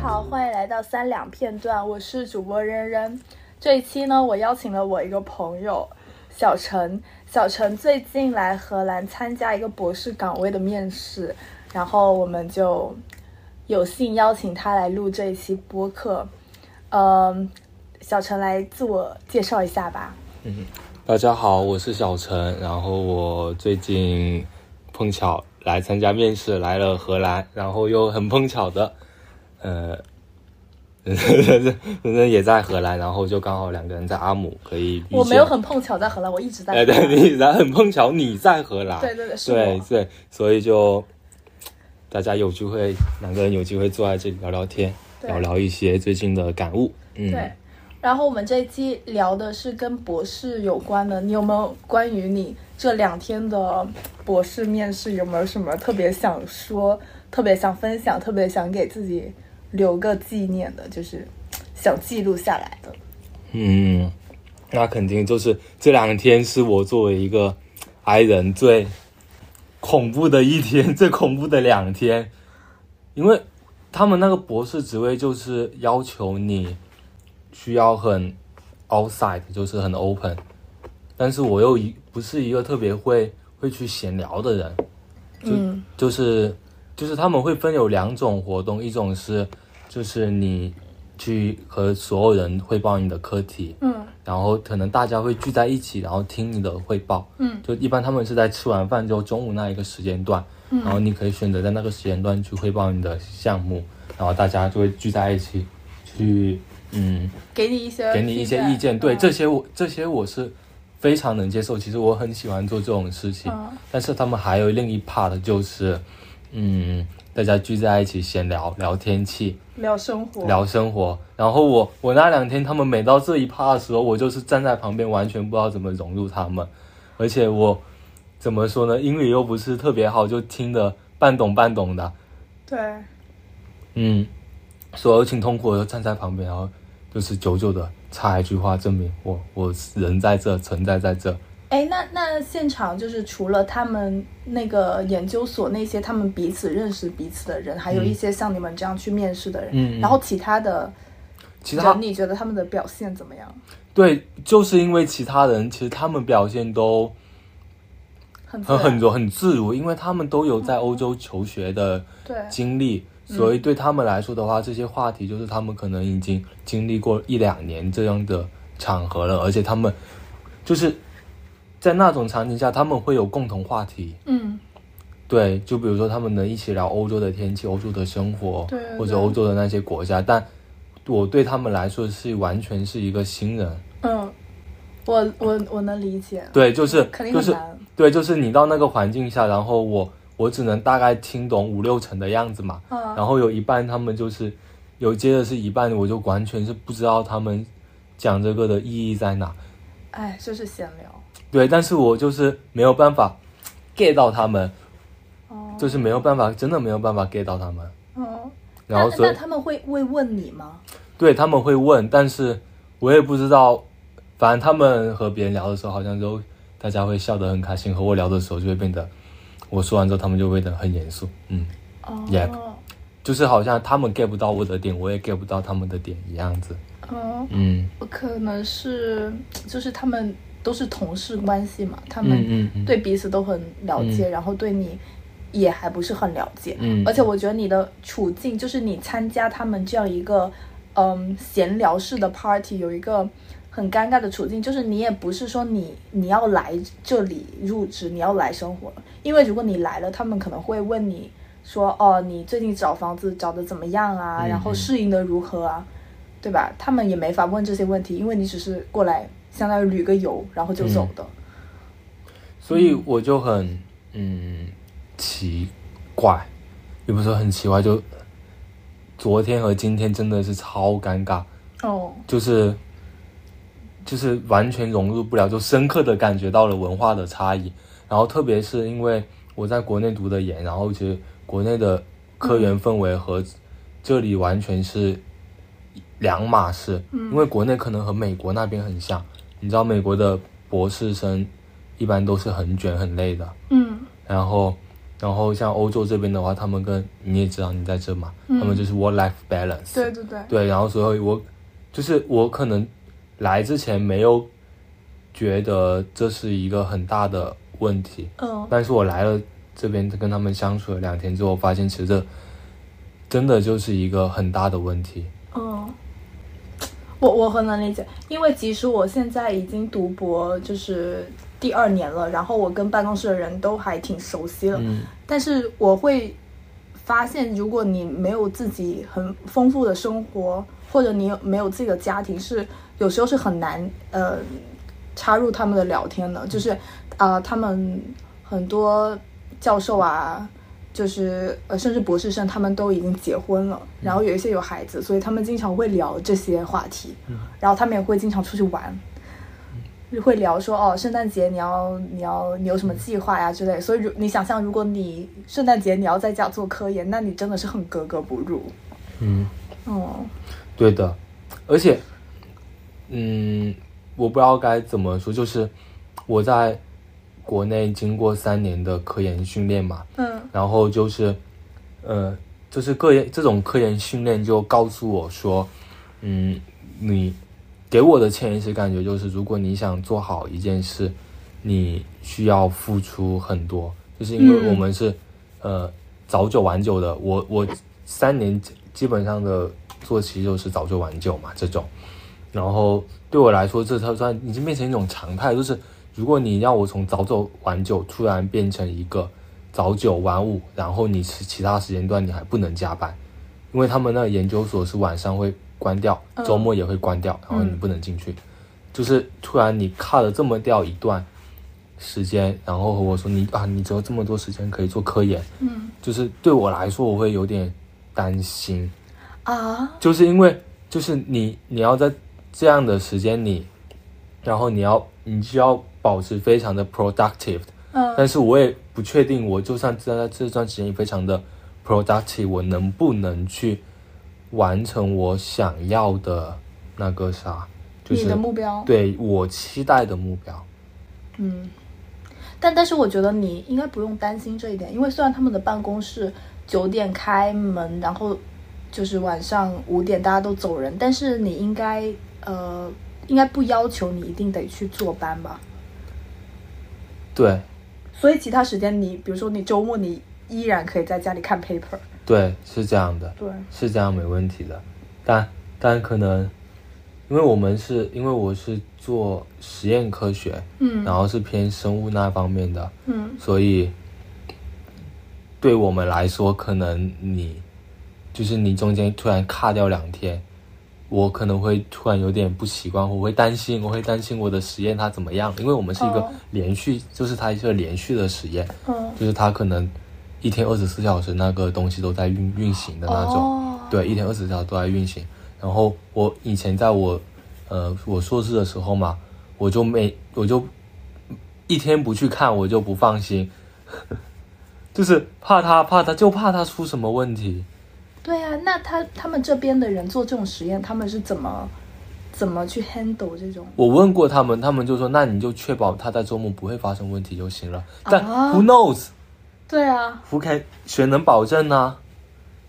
好，欢迎来到三两片段，我是主播扔扔。这一期呢，我邀请了我一个朋友小陈，小陈最近来荷兰参加一个博士岗位的面试，然后我们就有幸邀请他来录这一期播客。嗯，小陈来自我介绍一下吧。大家好，我是小陈，然后我最近碰巧来参加面试，来了荷兰，然后又很碰巧的，呃， 人 人人也在荷兰，然后就刚好两个人在阿姆可以遇见。我没有很碰巧在荷兰，我一直在荷哎，兰。对，你然后很碰巧你在荷兰，对对对是对我对，所以就大家有机会，两个人有机会坐在这里聊聊天，对聊聊一些最近的感悟。嗯，对，然后我们这一期聊的是跟博士有关的，你有没有关于你这两天的博士面试有没有什么特别想说、特别想分享、特别想给自己留个纪念的，就是想记录下来的？嗯，那肯定就是这两天是我作为一个 i 人最恐怖的一天， 最恐怖的两天，因为他们那个博士职位就是要求你需要很 outside，就是很 open，但是我又一不是一个特别会会去闲聊的人，嗯就是就是他们会分有两种活动，一种是就是你去和所有人汇报你的课题，嗯然后可能大家会聚在一起，然后听你的汇报。嗯，就一般他们是在吃完饭之后中午那一个时间段，嗯然后你可以选择在那个时间段去汇报你的项目，然后大家就会聚在一起去，嗯，给你一些给你一些 feedback，意见。对嗯这些我这些我是非常能接受，其实我很喜欢做这种事情。嗯但是他们还有另一 part 就是，嗯，大家聚在一起闲聊聊天气，聊生活，聊生活。然后我我那两天他们每到这一趴的时候，我就是站在旁边，完全不知道怎么融入他们，而且我怎么说呢，英语又不是特别好，就听得半懂半懂的，对，嗯，所有挺痛苦的，就站在旁边，然后就是久久的插一句话，证明我我人在这，存在在这。哎，那那现场就是除了他们那个研究所那些他们彼此认识彼此的人，还有一些像你们这样去面试的人，嗯嗯嗯然后其他的其他人，你觉得他们的表现怎么样？对，就是因为其他人其实他们表现都很自很然很很自如，因为他们都有在欧洲求学的对，经历，所以嗯对他们来说的话，这些话题就是他们可能已经经历过一两年这样的场合了，而且他们就是在那种场景下，他们会有共同话题。嗯，对，就比如说他们能一起聊欧洲的天气、欧洲的生活，对对或者欧洲的那些国家，但我对他们来说是完全是一个新人。嗯，我我我能理解，对，就是嗯肯定就很是难，对，就是你到那个环境下，然后我我只能大概听懂五六成的样子嘛，嗯然后有一半他们就是有接着是一半，我就完全是不知道他们讲这个的意义在哪。哎，就是闲聊，对，但是我就是没有办法 get 到他们，哦，就是没有办法，真的没有办法 get 到他们。嗯，然后那所以那他们会会问你吗？对他们会问，但是我也不知道，反正他们和别人聊的时候，好像都大家会笑得很开心，和我聊的时候就会变得，我说完之后他们就会变得很严肃，嗯。哦 Yep 就是好像他们 get 不到我的点，我也 get 不到他们的点一样子。嗯，嗯我可能是就是他们都是同事关系嘛，他们嗯嗯嗯，对彼此都很了解，然后对你也还不是很了解。嗯而且我觉得你的处境，就是你参加他们这样一个嗯闲聊式的 party，有一个很尴尬的处境，就是你也不是说你你要来这里入职，你要来生活，因为如果你来了，他们可能会问你说哦，你最近找房子找的怎么样啊？嗯然后嗯适应的如何啊？对吧？他们也没法问这些问题，因为你只是过来相当于旅个游，然后就嗯走的。所以我就很嗯奇怪，也不是说很奇怪，就昨天和今天真的是超尴尬，哦，就是就是完全融入不了，就深刻的感觉到了文化的差异。然后特别是因为我在国内读的研，然后其实国内的科研氛围和这里完全是两码事，因为国内可能和美国那边很像，你知道美国的博士生一般都是很卷很累的，嗯然后然后像欧洲这边的话，他们跟你也知道你在这嘛，他们就是 work life balance。对对对，对，然后所以我就是我可能来之前没有觉得这是一个很大的问题，嗯，但是我来了这边跟他们相处了两天之后，发现其实这真的就是一个很大的问题。嗯，我我很能理解，因为其实我现在已经读博就是第二年了，然后我跟办公室的人都还挺熟悉了，嗯但是我会发现，如果你没有自己很丰富的生活，或者你有没有自己的家庭，是有时候是很难呃插入他们的聊天的，就是啊、呃他们很多教授啊。就是呃，甚至博士生他们都已经结婚了，然后有一些有孩子，所以他们经常会聊这些话题，然后他们也会经常出去玩，会聊说哦，圣诞节你要你要你有什么计划呀之类。所以如你想象，如果你圣诞节你要在家做科研，那你真的是很格格不入。嗯，嗯对的，而且，嗯，我不知道该怎么说，就是我在国内经过三年的科研训练嘛，嗯然后就是，呃，就是科研这种科研训练就告诉我说，嗯，你给我的潜意识感觉就是，如果你想做好一件事，你需要付出很多，就是因为嗯我们是、呃早九晚九的，我我三年基基本上的作息就是早九晚九嘛这种，然后对我来说，这它算已经变成一种常态，就是如果你让我从早九晚九突然变成一个早九晚五，然后你是其他时间段你还不能加班，因为他们那个研究所是晚上会关掉，嗯周末也会关掉，然后你不能进去，就是突然你卡了这么掉一段时间，然后和我说你啊，你只有这么多时间可以做科研，嗯就是对我来说我会有点担心，啊就是因为就是你你要在这样的时间里，然后你要你需要保持非常的 productive，嗯但是我也不确定，我就算在这段时间非常的 productive，我能不能去完成我想要的那个啥，就你是的目标对我期待的目标。嗯。但但是我觉得你应该不用担心这一点，因为虽然他们的办公室九点开门，然后就是晚上五点大家都走人，但是你应该呃应该不要求你一定得去坐班吧？对所以其他时间你，比如说你周末，你依然可以在家里看 paper。对，是这样的，对，是这样没问题的。但但可能，因为我们是因为我是做实验科学，嗯然后是偏生物那方面的，嗯所以对我们来说，可能你就是你中间突然卡掉两天，我可能会突然有点不习惯，我会担心，我会担心我的实验它怎么样，因为我们是一个哦连续，就是它是一个连续的实验，嗯，就是它可能一天二十四小时那个东西都在运运行的那种。哦，对，一天二十小时都在运行。然后我以前在我呃我硕士的时候嘛，我就每我就一天不去看，我就不放心， 就是怕他怕他就怕他出什么问题。对啊，那他他们这边的人做这种实验，他们是怎么怎么去 handle 这种？我问过他们，他们就说那你就确保他在周末不会发生问题就行了。但啊 Who knows？Who 对啊， can 谁能保证呢、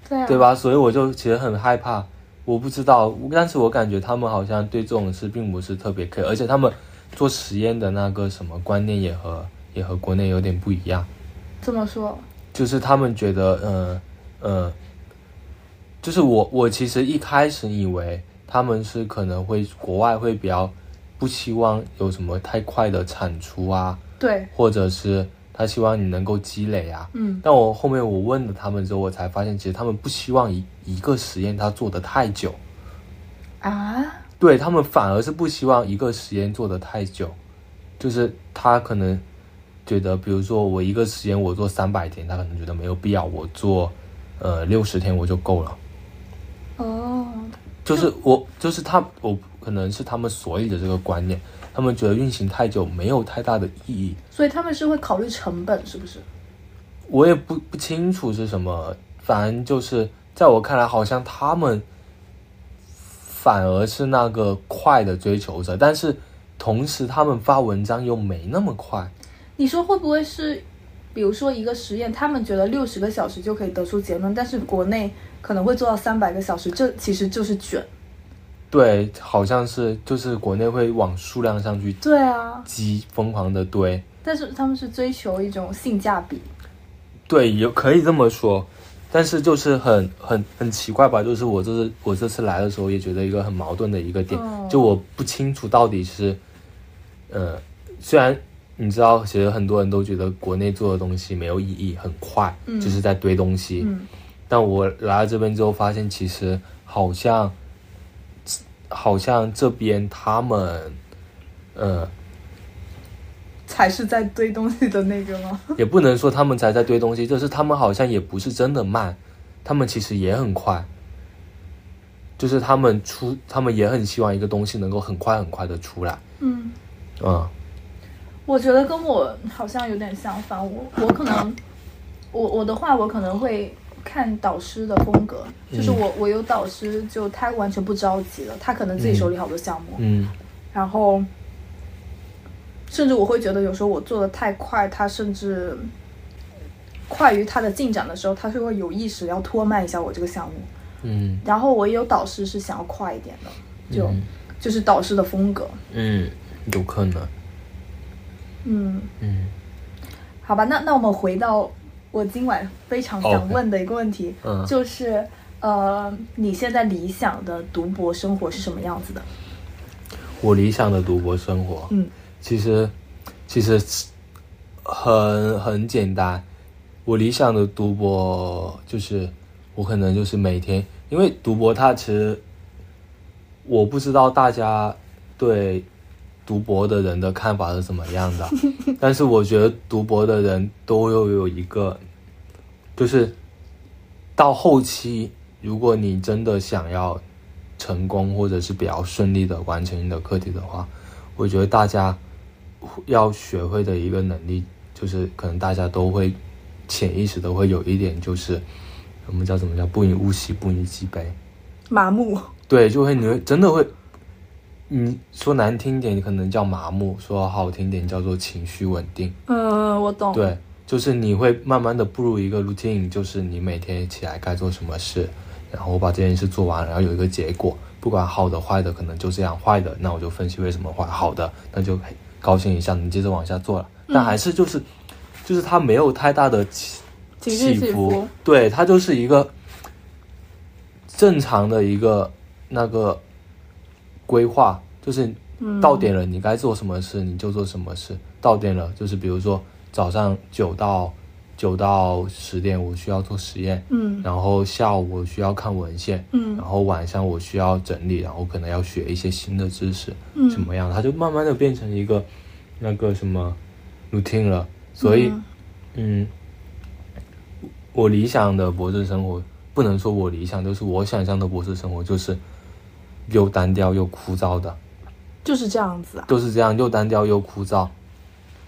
对啊，对？吧？所以我就其实很害怕，我不知道，但是我感觉他们好像对这种事并不是特别 care，而且他们做实验的那个什么观念也和也和国内有点不一样，这么说，就是他们觉得，呃呃，就是我我其实一开始以为他们是可能会国外会比较不希望有什么太快的产出啊，对，或者是他希望你能够积累啊，嗯但我后面我问了他们之后，我才发现其实他们不希望一一个实验它做得太久，啊，对他们反而是不希望一个实验做得太久，就是他可能觉得，比如说我一个实验我做三百天，他可能觉得没有必要，我做呃六十天我就够了。哦，就是我就是他我可能是他们所有的这个观念，他们觉得运行太久没有太大的意义。所以他们是会考虑成本，是不是？我也不不清楚是什么，反正就是在我看来，好像他们反而是那个快的追求者，但是同时他们发文章又没那么快。你说会不会是比如说一个实验，他们觉得六十个小时就可以得出结论，但是国内可能会做到三百个小时，这其实就是卷。对，好像是就是国内会往数量上去对啊，积，疯狂的堆。但是他们是追求一种性价比。对，有可以这么说，但是就是很很很奇怪吧，就是我这次我这次来的时候也觉得一个很矛盾的一个点，嗯就我不清楚到底是，呃，虽然你知道，其实很多人都觉得国内做的东西没有意义，很快，嗯就是在堆东西，嗯，但我来到这边之后，发现其实好像，好像这边他们，呃，才是在堆东西的那个吗？也不能说他们才在堆东西，就是他们好像也不是真的慢，他们其实也很快，就是他们出，他们也很希望一个东西能够很快很快的出来，嗯。嗯，我觉得跟我好像有点相反，我我可能，我我的话，我可能会看导师的风格，就是嗯我我有导师，就他完全不着急了，他可能自己手里好多项目，嗯然后，甚至我会觉得有时候我做的太快，他甚至快于他的进展的时候，他是会有意识要拖慢一下我这个项目，嗯然后我也有导师是想要快一点的，就、就是导师的风格，嗯，有可能，嗯。嗯好吧，那那我们回到我今晚非常想 OK 问的一个问题嗯就是呃，你现在理想的读博生活是什么样子的？我理想的读博生活，嗯其实其实很很简单。我理想的读博就是，我可能就是每天，因为读博它其实我不知道大家对读博的人的看法是怎么样的，但是我觉得读博的人都有有一个，就是到后期，如果你真的想要成功或者是比较顺利的完成你的课题的话，我觉得大家要学会的一个能力，就是可能大家都会潜意识都会有一点，就是我们叫怎么叫不以物喜，不以己悲。麻木，对，就会你会真的会，你说难听点，你可能叫麻木；说好听点，叫做情绪稳定。嗯，我懂，对，就是你会慢慢的步入一个 routine，就是你每天起来该做什么事，然后我把这件事做完，然后有一个结果，不管好的坏的，可能就这样，坏的那我就分析为什么坏，好的那就嘿高兴一下，你接着往下做了。但还是就是，就是它没有太大的起情绪起伏，对，它就是一个正常的一个那个规划，就是嗯，到点了，你该做什么事你就做什么事。到点了，就是比如说早上九到九到十点，我需要做实验，嗯然后下午我需要看文献，嗯然后晚上我需要整理，然后可能要学一些新的知识，嗯，怎么样？它就慢慢的变成一个那个什么 routine 了。所以，嗯，我理想的博士生活不能说我理想，就是我想象的博士生活就是又单调又枯燥的。就是这样子啊。都是这样，又单调又枯燥。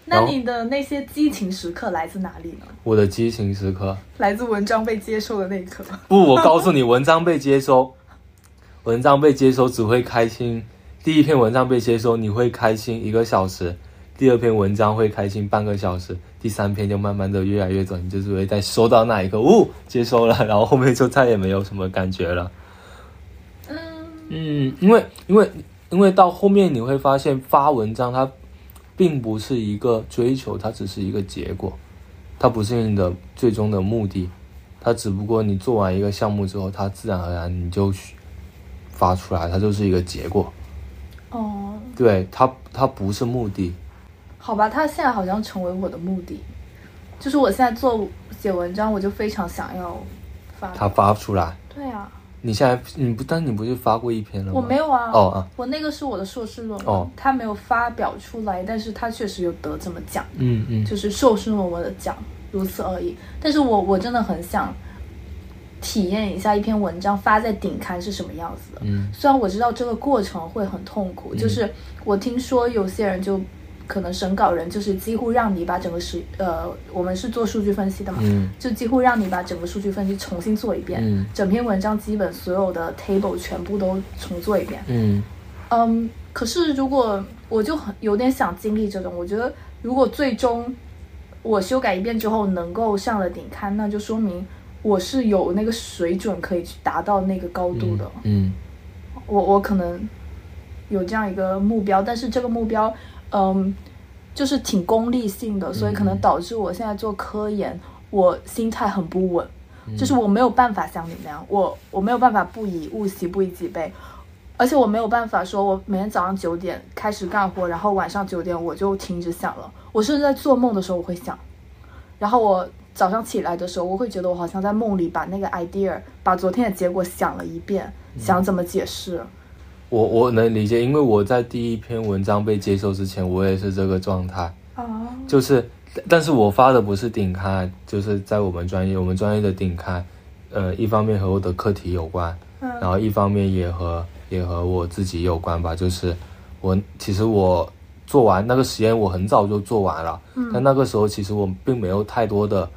那然后你的那些激情时刻来自哪里呢？我的激情时刻，来自文章被接受的那一刻。不，我告诉你，文章被接收， 文章被接收只会开心。第一篇文章被接收，你会开心一个小时；第二篇文章会开心半个小时；第三篇就慢慢的越来越短，你就是会在收到那一刻，呜、接收了，然后后面就再也没有什么感觉了。嗯嗯，因为因为因为到后面你会发现发文章它并不是一个追求，它只是一个结果，它不是你的最终的目的，它只不过你做完一个项目之后，它自然而然你就发出来，它就是一个结果。哦，对它，它不是目的。好吧，它现在好像成为我的目的，就是我现在做写文章，我就非常想要发。它发出来。对啊，你现在你不，但你不是发过一篇了我吗？没有啊。哦啊，我那个是我的硕士论文，哦它没有发表出来，但是它确实有得这么奖，嗯嗯就是硕士论文的奖，如此而已。但是我我真的很想体验一下一篇文章发在顶刊是什么样子的。嗯虽然我知道这个过程会很痛苦，就是我听说有些人就可能审稿人就是几乎让你把整个实呃，我们是做数据分析的嘛，嗯就几乎让你把整个数据分析重新做一遍，嗯整篇文章基本所有的 table 全部都重做一遍。嗯嗯，可是如果我就很有点想经历这种，我觉得如果最终我修改一遍之后能够上了顶刊，那就说明我是有那个水准可以去达到那个高度的。嗯，我我可能有这样一个目标，但是这个目标，嗯，就是挺功利性的，所以可能导致我现在做科研，我心态很不稳，就是我没有办法像你那样，我我没有办法不以物喜，不以己悲。而且我没有办法说，我每天早上九点开始干活，然后晚上九点我就停止想了。我甚至在做梦的时候我会想，然后我早上起来的时候，我会觉得我好像在梦里把那个 idea，把昨天的结果想了一遍，想怎么解释。我我能理解，因为我在第一篇文章被接收之前，我也是这个状态，啊，就是，但是我发的不是顶刊，就是在我们专业，我们专业的顶刊，呃，一方面和我的课题有关，然后一方面也和也和我自己有关吧，就是我其实我做完那个实验，我很早就做完了，但那个时候其实我并没有太多的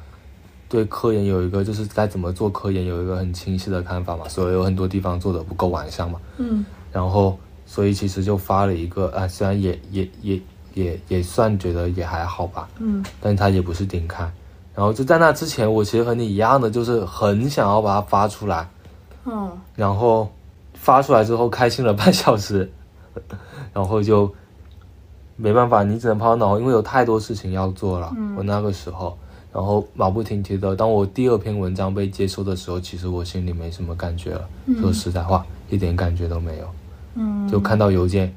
对科研有一个就是该怎么做科研有一个很清晰的看法嘛，所以有很多地方做的不够完善嘛，嗯然后所以其实就发了一个啊，虽然也也也也也算觉得也还好吧，嗯但它也不是顶刊。然后就在那之前，我其实和你一样的，就是很想要把它发出来，嗯然后发出来之后开心了半小时， 然后就没办法，你只能抛脑后，因为有太多事情要做了。我那个时候，然后马不停蹄的。当我第二篇文章被接收的时候，其实我心里没什么感觉了，说实在话，一点感觉都没有。嗯，就看到邮件，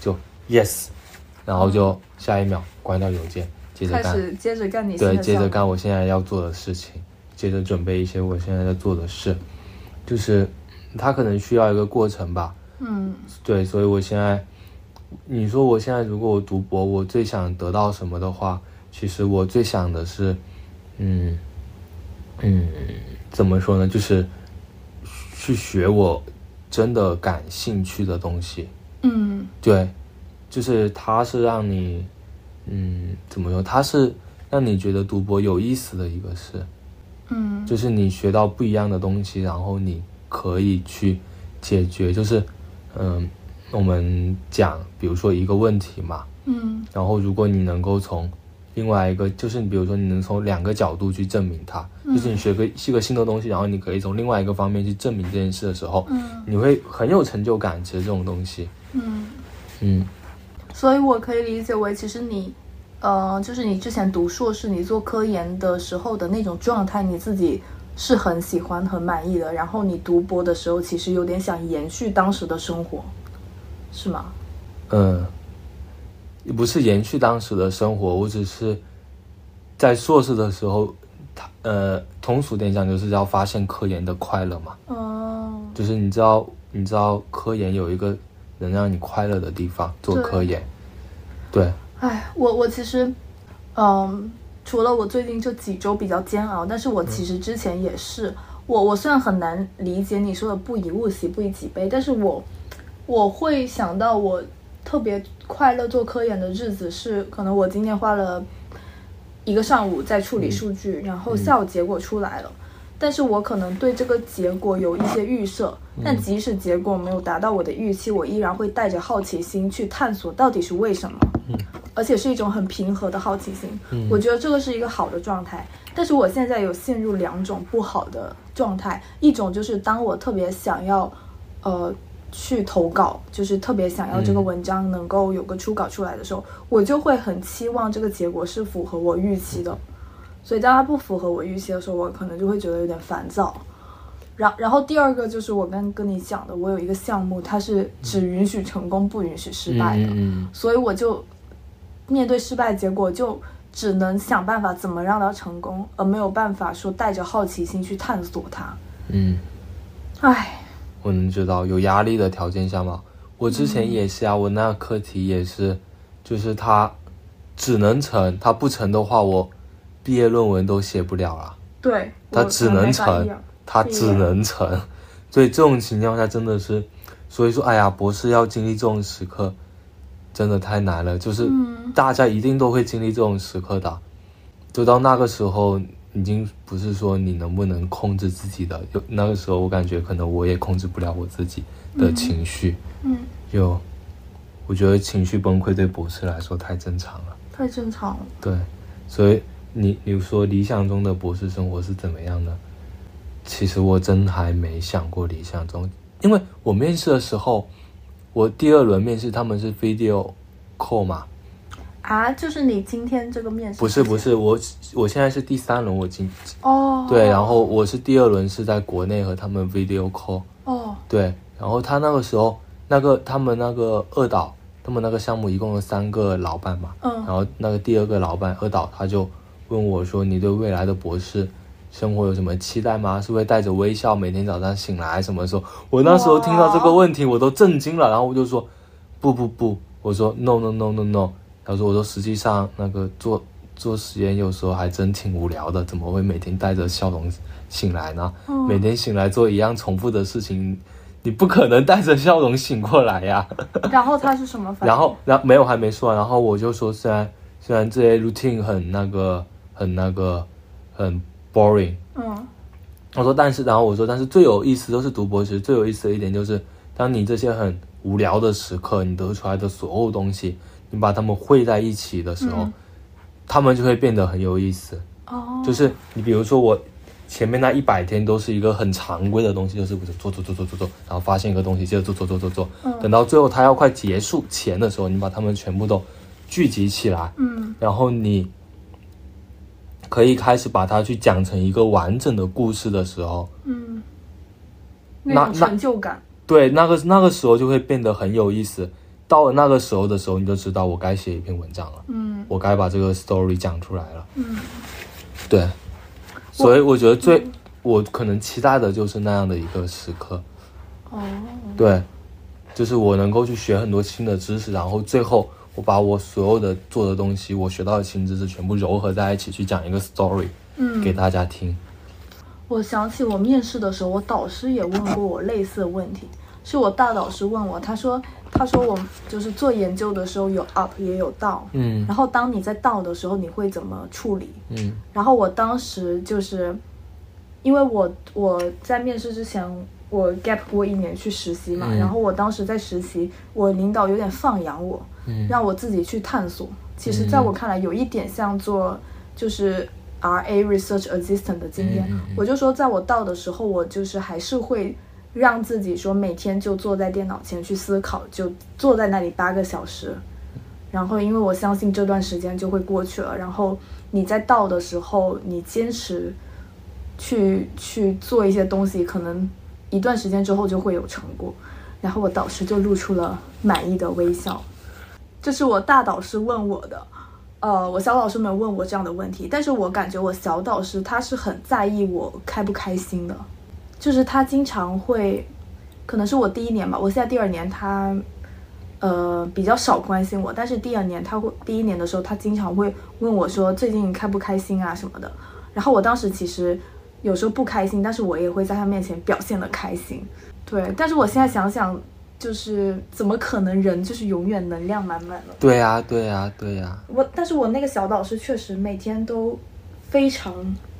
就 yes，然后就下一秒关掉邮件，接着开干，始接着干你新对，的接着项目。干我现在要做的事情，接着准备一些我现在在做的事，就是它可能需要一个过程吧，嗯对，所以我现在，你说我现在如果我读博，我最想得到什么的话，其实我最想的是，嗯，嗯，怎么说呢，就是去学我真的感兴趣的东西，嗯对，就是它是让你，嗯，怎么说？它是让你觉得读博有意思的一个事，嗯就是你学到不一样的东西，然后你可以去解决。就是，嗯，我们讲，比如说一个问题嘛，嗯然后如果你能够从另外一个，就是你比如说你能从两个角度去证明它，就是你学个是个新的东西，然后你可以从另外一个方面去证明这件事的时候，嗯你会很有成就感。其实这种东西，嗯，嗯。所以我可以理解为，其实你，呃，就是你之前读硕士，你做科研的时候的那种状态，你自己是很喜欢、很满意的。然后你读博的时候，其实有点想延续当时的生活，是吗？嗯，也不是延续当时的生活，我只是在硕士的时候，他呃，通俗点讲就是要发现科研的快乐嘛，哦，就是你知道，你知道科研有一个能让你快乐的地方，做对科研，对，哎，我我其实，嗯，除了我最近这几周比较煎熬，但是我其实之前也是，我我虽然很难理解你说的不以物喜，不以己悲，但是我我会想到我特别快乐做科研的日子是，可能我今天花了一个上午在处理数据，然后下午结果出来了。但是我可能对这个结果有一些预设，但即使结果没有达到我的预期，我依然会带着好奇心去探索到底是为什么。而且是一种很平和的好奇心。我觉得这个是一个好的状态。但是我现在有陷入两种不好的状态，一种就是当我特别想要，呃，去投稿，就是特别嗯想要这个文章能够有个初稿出来的时候，我就会很期望这个结果是符合我预期的。所以当它不符合我预期的时候，我可能就会觉得有点烦躁。然然后第二个就是我刚跟你讲的，我有一个项目，它是只允许成功，不允许失败的。嗯所以我就面对失败结果，就只能想办法怎么让它成功，而没有办法说带着好奇心去探索它。嗯，唉，我能知道有压力的条件下嘛，我之前也是啊，我那个课题也是，就是它只能成，它不成的话，我毕业论文都写不了了。对，它我只能我没反成应，它只能成。所以这种情况下真的是，所以说，哎呀，博士要经历这种时刻，真的太难了。就是嗯大家一定都会经历这种时刻的，就到那个时候，已经不是说你能不能控制自己的。有那个时候，我感觉可能我也控制不了我自己的情绪。嗯，就我觉得情绪崩溃对博士来说太正常了。太正常了。对，所以你你说理想中的博士生活是怎么样的？其实我真还没想过理想中，因为我面试的时候，我第二轮面试他们是 video call 嘛，啊，就是你今天这个面试不是不是，我我现在是第三轮，我今哦，对，然后我是第二轮是在国内和他们 video call，哦对，然后他那个时候那个他们那个二导，他们那个项目一共有三个老板嘛，然嗯后那个第二个老板二导他就问我说：“你对未来的博士生活有什么期待吗？是会带着微笑每天早上醒来什么时候？”我那时候听到这个问题，我都震惊了，然后我就说：“不不不，我说 no no no no no。”他说：“我说实际上那个做做实验有时候还真挺无聊的，怎么会每天带着笑容醒来呢？嗯每天醒来做一样重复的事情，你不可能带着笑容醒过来呀。”然后他是什么反应？然后，然后没有还没说完，啊然后我就说，虽然虽然这些 routine 很那个，很那个，很 boring，嗯我说但是，然后我说但是最有意思都是读博时最有意思的一点就是，当你这些很无聊的时刻，你得出来的所有东西，你把它们汇在一起的时候，嗯它们就会变得很有意思。哦，就是你比如说我前面那一百天都是一个很常规的东西，就是我就做做做做做做，然后发现一个东西，接着做做做做做，嗯等到最后它要快结束前的时候，你把它们全部都聚集起来，嗯然后你可以开始把它去讲成一个完整的故事的时候，嗯，那那种那成就感，对，那个那个时候就会变得很有意思。到了那个时候的时候，你就知道我该写一篇文章了，嗯我该把这个 story 讲出来了。嗯对，所以我觉得最我可能期待的就是那样的一个时刻，哦，对，就是我能够去学很多新的知识，然后最后我把我所有的做的东西，我学到的新知识全部糅合在一起去讲一个 story 给嗯，大家听。我想起我面试的时候，我导师也问过我类似的问题，是我大导师问我，他说他说我就是做研究的时候有 up 也有 down，嗯然后当你在 down 的时候，你会怎么处理？嗯然后我当时就是，因为我我在面试之前，我 gap 过一年去实习嘛，嗯然后我当时在实习，我领导有点放养我，嗯让我自己去探索。其实，在我看来，有一点像做就是 RA research assistant 的经验。嗯嗯嗯我就说，在我到的时候，我就是还是会让自己说每天就坐在电脑前去思考，就坐在那里八个小时。然后，因为我相信这段时间就会过去了。然后你在到的时候，你坚持去去做一些东西，可能一段时间之后就会有成果。然后我导师就露出了满意的微笑。这是我大导师问我的，呃，我小导师没有问我这样的问题，但是我感觉我小导师他是很在意我开不开心的，就是他经常会，可能是我第一年吧，我现在第二年他，呃，比较少关心我，但是第二年他会，第一年的时候他经常会问我说最近开不开心啊什么的，然后我当时其实有时候不开心，但是我也会在他面前表现的开心，对，但是我现在想想。就是怎么可能人就是永远能量满满呢？对呀、对呀、对啊呀、我，但是我那个小导师确实每天都非常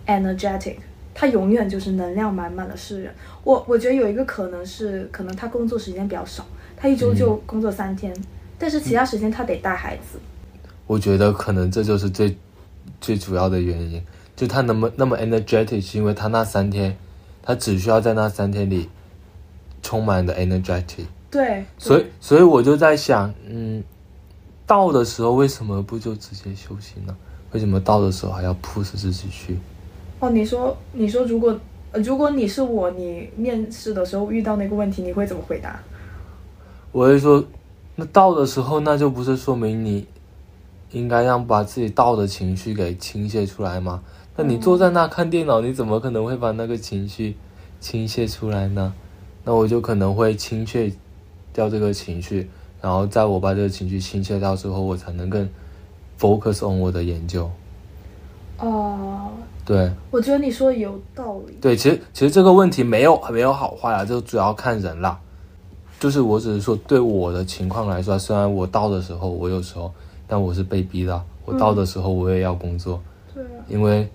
energetic，他永远就是能量满满的诗人。我我觉得有一个可能是，可能他工作时间比较少，他一周嗯就工作三天，但是其他时间他得带孩子。我觉得可能这就是最最主要的原因，就他那么那么 energetic，是因为他那三天，他只需要在那三天里充满的 energetic，对，所以所以我就在想，嗯，到的时候为什么不就直接休息呢？为什么到的时候还要 push 自己去？哦，你说你说如果、呃如果你是我，你面试的时候遇到那个问题，你会怎么回答？我会说，那到的时候，那就不是说明你应该让把自己到的情绪给倾泻出来吗？那你坐在那看电脑，你怎么可能会把那个情绪倾泻出来呢？那我就可能会倾泻掉这个情绪，然后在我把这个情绪倾泻掉之后，我才能更 focus on 我的研究。哦、对我觉得你说的有道理。对，其实其实这个问题没有没有好坏啊，就主要看人啦。就是我只是说，对我的情况来说，啊虽然我到的时候我有时候，但我是被逼的。啊我到的时候我也要工作，对啊，因为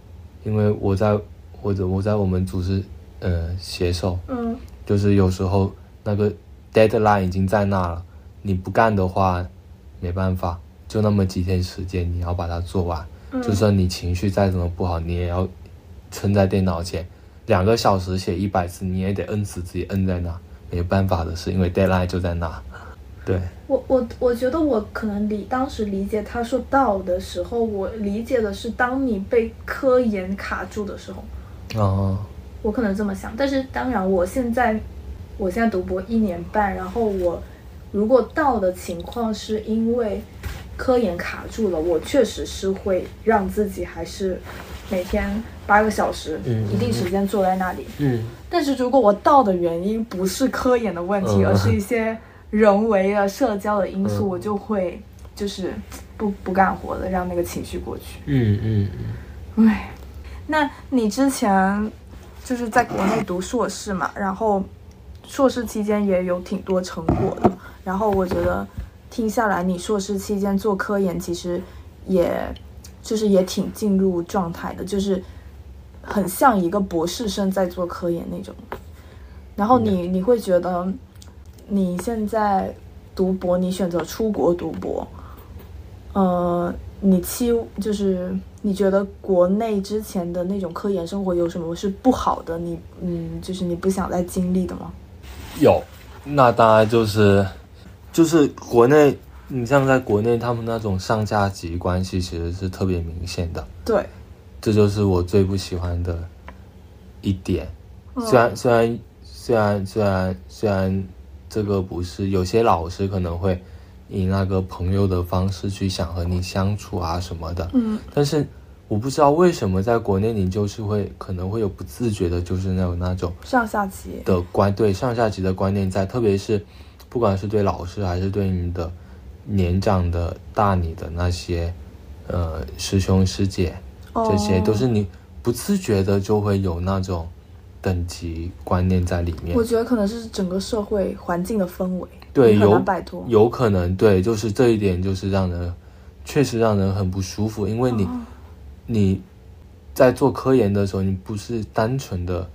因为我在我的我在我们组织呃携手，嗯就是有时候那个 deadline 已经在那了，你不干的话没办法，就那么几天时间，你要把它做完。嗯就算你情绪再怎么不好，你也要撑在电脑前两个小时写一百字，你也得摁死自己摁在那，没办法的事，因为 deadline 就在那。对，我我我觉得我可能理当时理解他说到的时候，我理解的是当你被科研卡住的时候，哦，我可能这么想。但是当然，我现在我现在读博一年半，然后我如果到的情况是因为科研卡住了，我确实是会让自己还是每天八个小时嗯一定时间坐在那里。嗯，但是如果我到的原因不是科研的问题，嗯而是一些人为的社交的因素，嗯我就会就是不不干活了，让那个情绪过去。嗯嗯唉，那你之前就是在国内读硕士嘛，然后硕士期间也有挺多成果的，然后我觉得听下来，你硕士期间做科研其实也就是也挺进入状态的，就是很像一个博士生在做科研那种。然后你你会觉得你现在读博，你选择出国读博，呃，你期就是你觉得国内之前的那种科研生活有什么是不好的？你嗯，就是你不想再经历的吗？有，那当然就是就是国内，你像在国内，他们那种上下级关系其实是特别明显的，对，这就是我最不喜欢的一点。虽然虽然虽然虽然虽然这个不是有些老师可能会以那个朋友的方式去想和你相处啊什么的，嗯但是我不知道为什么在国内你就是会可能会有不自觉的，就是那种那种上下级，的观对上下级的观念在，特别是不管是对老师还是对你的年长的大你的那些呃师兄师姐，哦这些都是你不自觉的就会有那种等级观念在里面我。觉得可能是整个社会环境的氛围，对，你很有难摆脱。有可能对，就是这一点就是让人确实让人很不舒服，因为你、哦你在做科研的时候，你不是单纯的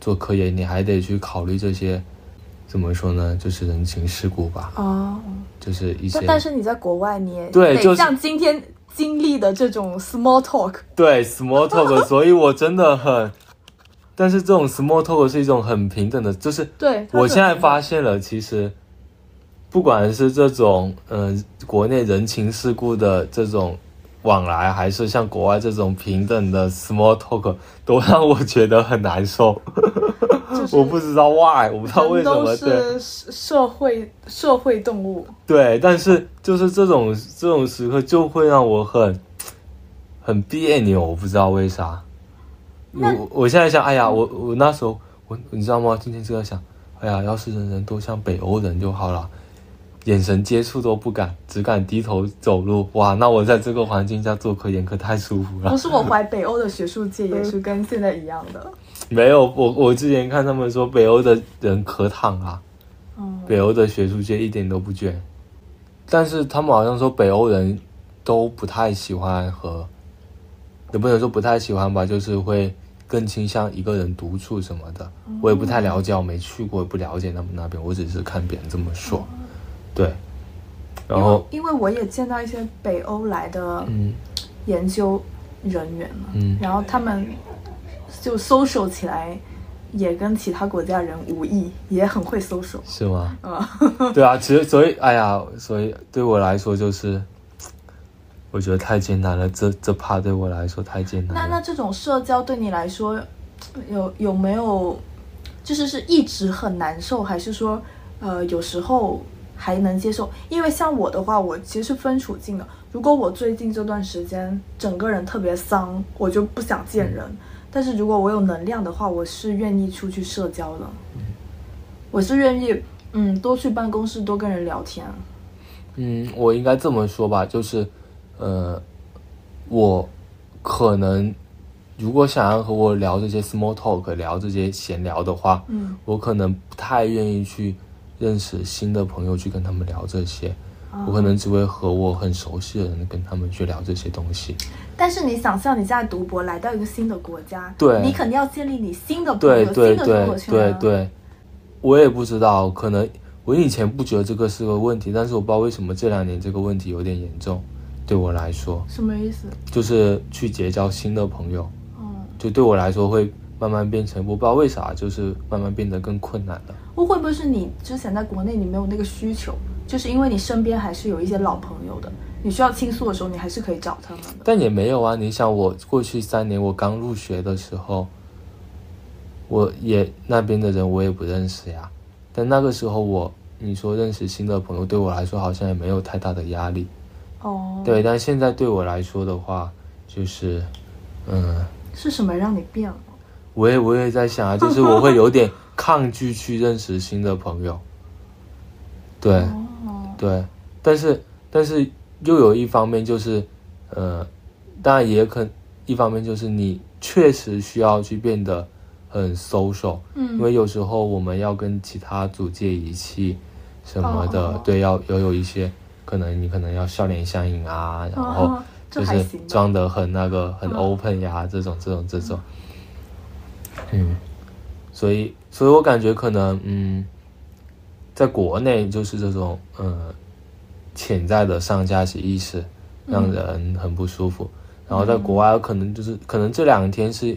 做科研，你还得去考虑这些怎么说呢，就是人情世故吧，哦，就是一些但但是你在国外，你也对得就是像今天经历的这种 small talk，对 small talk，所以我真的很。但是这种 small talk 是一种很平等的，就是对，它我是现在发现了，其实不管是这种嗯、呃、国内人情世故的这种往来，还是像国外这种平等的 small talk，都让我觉得很难受。就是我不知道 why，我不知道为人什都么对是社社会社会动物，对，但是就是这种这种时刻就会让我很很别扭，我不知道为啥。我我现在想，哎呀，我我那时候我你知道吗？今天就在想，哎呀，要是人人都像北欧人就好了，眼神接触都不敢，只敢低头走路。哇，那我在这个环境下做科研可太舒服了不。是我怀北欧的学术界也是跟现在一样的，没有，我我之前看他们说北欧的人可躺啊，嗯，北欧的学术界一点都不卷，但是他们好像说北欧人都不太喜欢和，也不能说不太喜欢吧，就是会更倾向一个人独处什么的。我也不太了解，我没去过，也不了解他们那边，我只是看别人这么说。对，然后因为因为我也见到一些北欧来的嗯研究人员嘛，嗯然后他们就 social 起来也跟其他国家人无异，也很会 social，是吗？啊，对啊，其实所以哎呀，所以对我来说就是，我觉得太艰难了，这这怕对我来说太艰难了。那那这种社交对你来说有有没有就是是一直很难受，还是说呃有时候？还能接受，因为像我的话，我其实是分处境的。如果我最近这段时间整个人特别丧，我就不想见人。但是如果我有能量的话，我是愿意出去社交的。我是愿意，嗯，多去办公室，多跟人聊天。嗯，我应该这么说吧，就是，呃，我可能如果想要和我聊这些 small talk，聊这些闲聊的话，嗯，我可能不太愿意去认识新的朋友去跟他们聊这些，哦啊我可能只会和我很熟悉的人跟他们去聊这些东西。但是你想象你现在读博来到一个新的国家，对你肯定要建立你新的朋对友、对新的对生活圈、啊对。对，我也不知道，可能我以前不觉得这个是个问题，但是我不知道为什么这两年这个问题有点严重，对我来说，什么意思？就是去结交新的朋友，嗯，就对我来说会慢慢变成，我不知道为啥，就是慢慢变得更困难了。哦会会不会是你之前在国内你没有那个需求，就是因为你身边还是有一些老朋友的，你需要倾诉的时候，你还是可以找他们的。但也没有啊，你想我过去三年，我刚入学的时候，我也那边的人我也不认识呀。但那个时候我，你说认识新的朋友，对我来说好像也没有太大的压力。哦，对，但现在对我来说的话，就是，嗯，是什么让你变了？我也我也在想啊，就是我会有点抗拒去认识新的朋友。对，哦，对，但是但是又有一方面就是，呃，当然也可一方面就是你确实需要去变得很 social，、嗯，因为有时候我们要跟其他组借仪器什么的，哦哦哦对，要要有一些可能你可能要笑脸相迎啊，然后哦就这还是行吧装得很那个很嗯 open 呀，这种这种这种，嗯，所以所以我感觉可能嗯，在国内就是这种呃潜在的上下级意识嗯让人很不舒服，然后在国外可能就是可能这两天是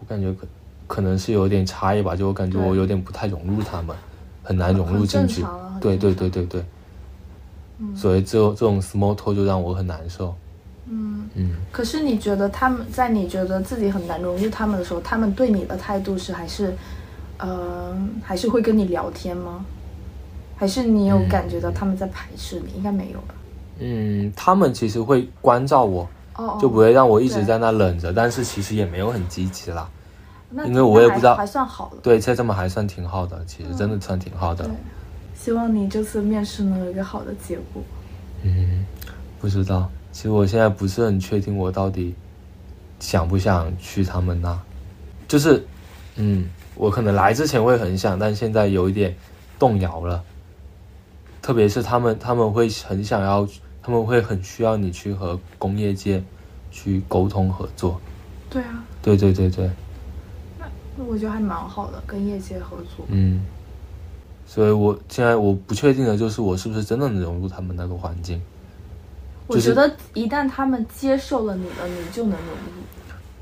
我感觉可可能是有点差异吧，就我感觉对我有点不太融入他们，很难融入很进正去常啊，很对正对对对对，嗯所以这种这种 small talk 就让我很难受，嗯。嗯。可是你觉得他们在你觉得自己很难融入他们的时候，他们对你的态度是还是，呃，还是会跟你聊天吗？还是你有嗯感觉到他们在排斥你？应该没有吧？嗯，他们其实会关照我，哦，哦就不会让我一直对在那冷着，但是其实也没有很积极啦。那因为我也那还不知道还算好了。对，在这么还算挺好的，其实真嗯的算挺好的。希望你这次面试能有一个好的结果。嗯，不知道，其实我现在不是很确定我到底想不想去他们那，就是，嗯，我可能来之前会很想，但现在有一点动摇了。特别是他们，他们会很想要，他们会很需要你去和工业界去沟通合作。对啊，对对对对。我觉得还蛮好的，跟业界合作。嗯，所以我现在我不确定的就是我是不是真的能融入他们那个环境。我觉得一旦他们接受了你了，你就能融入。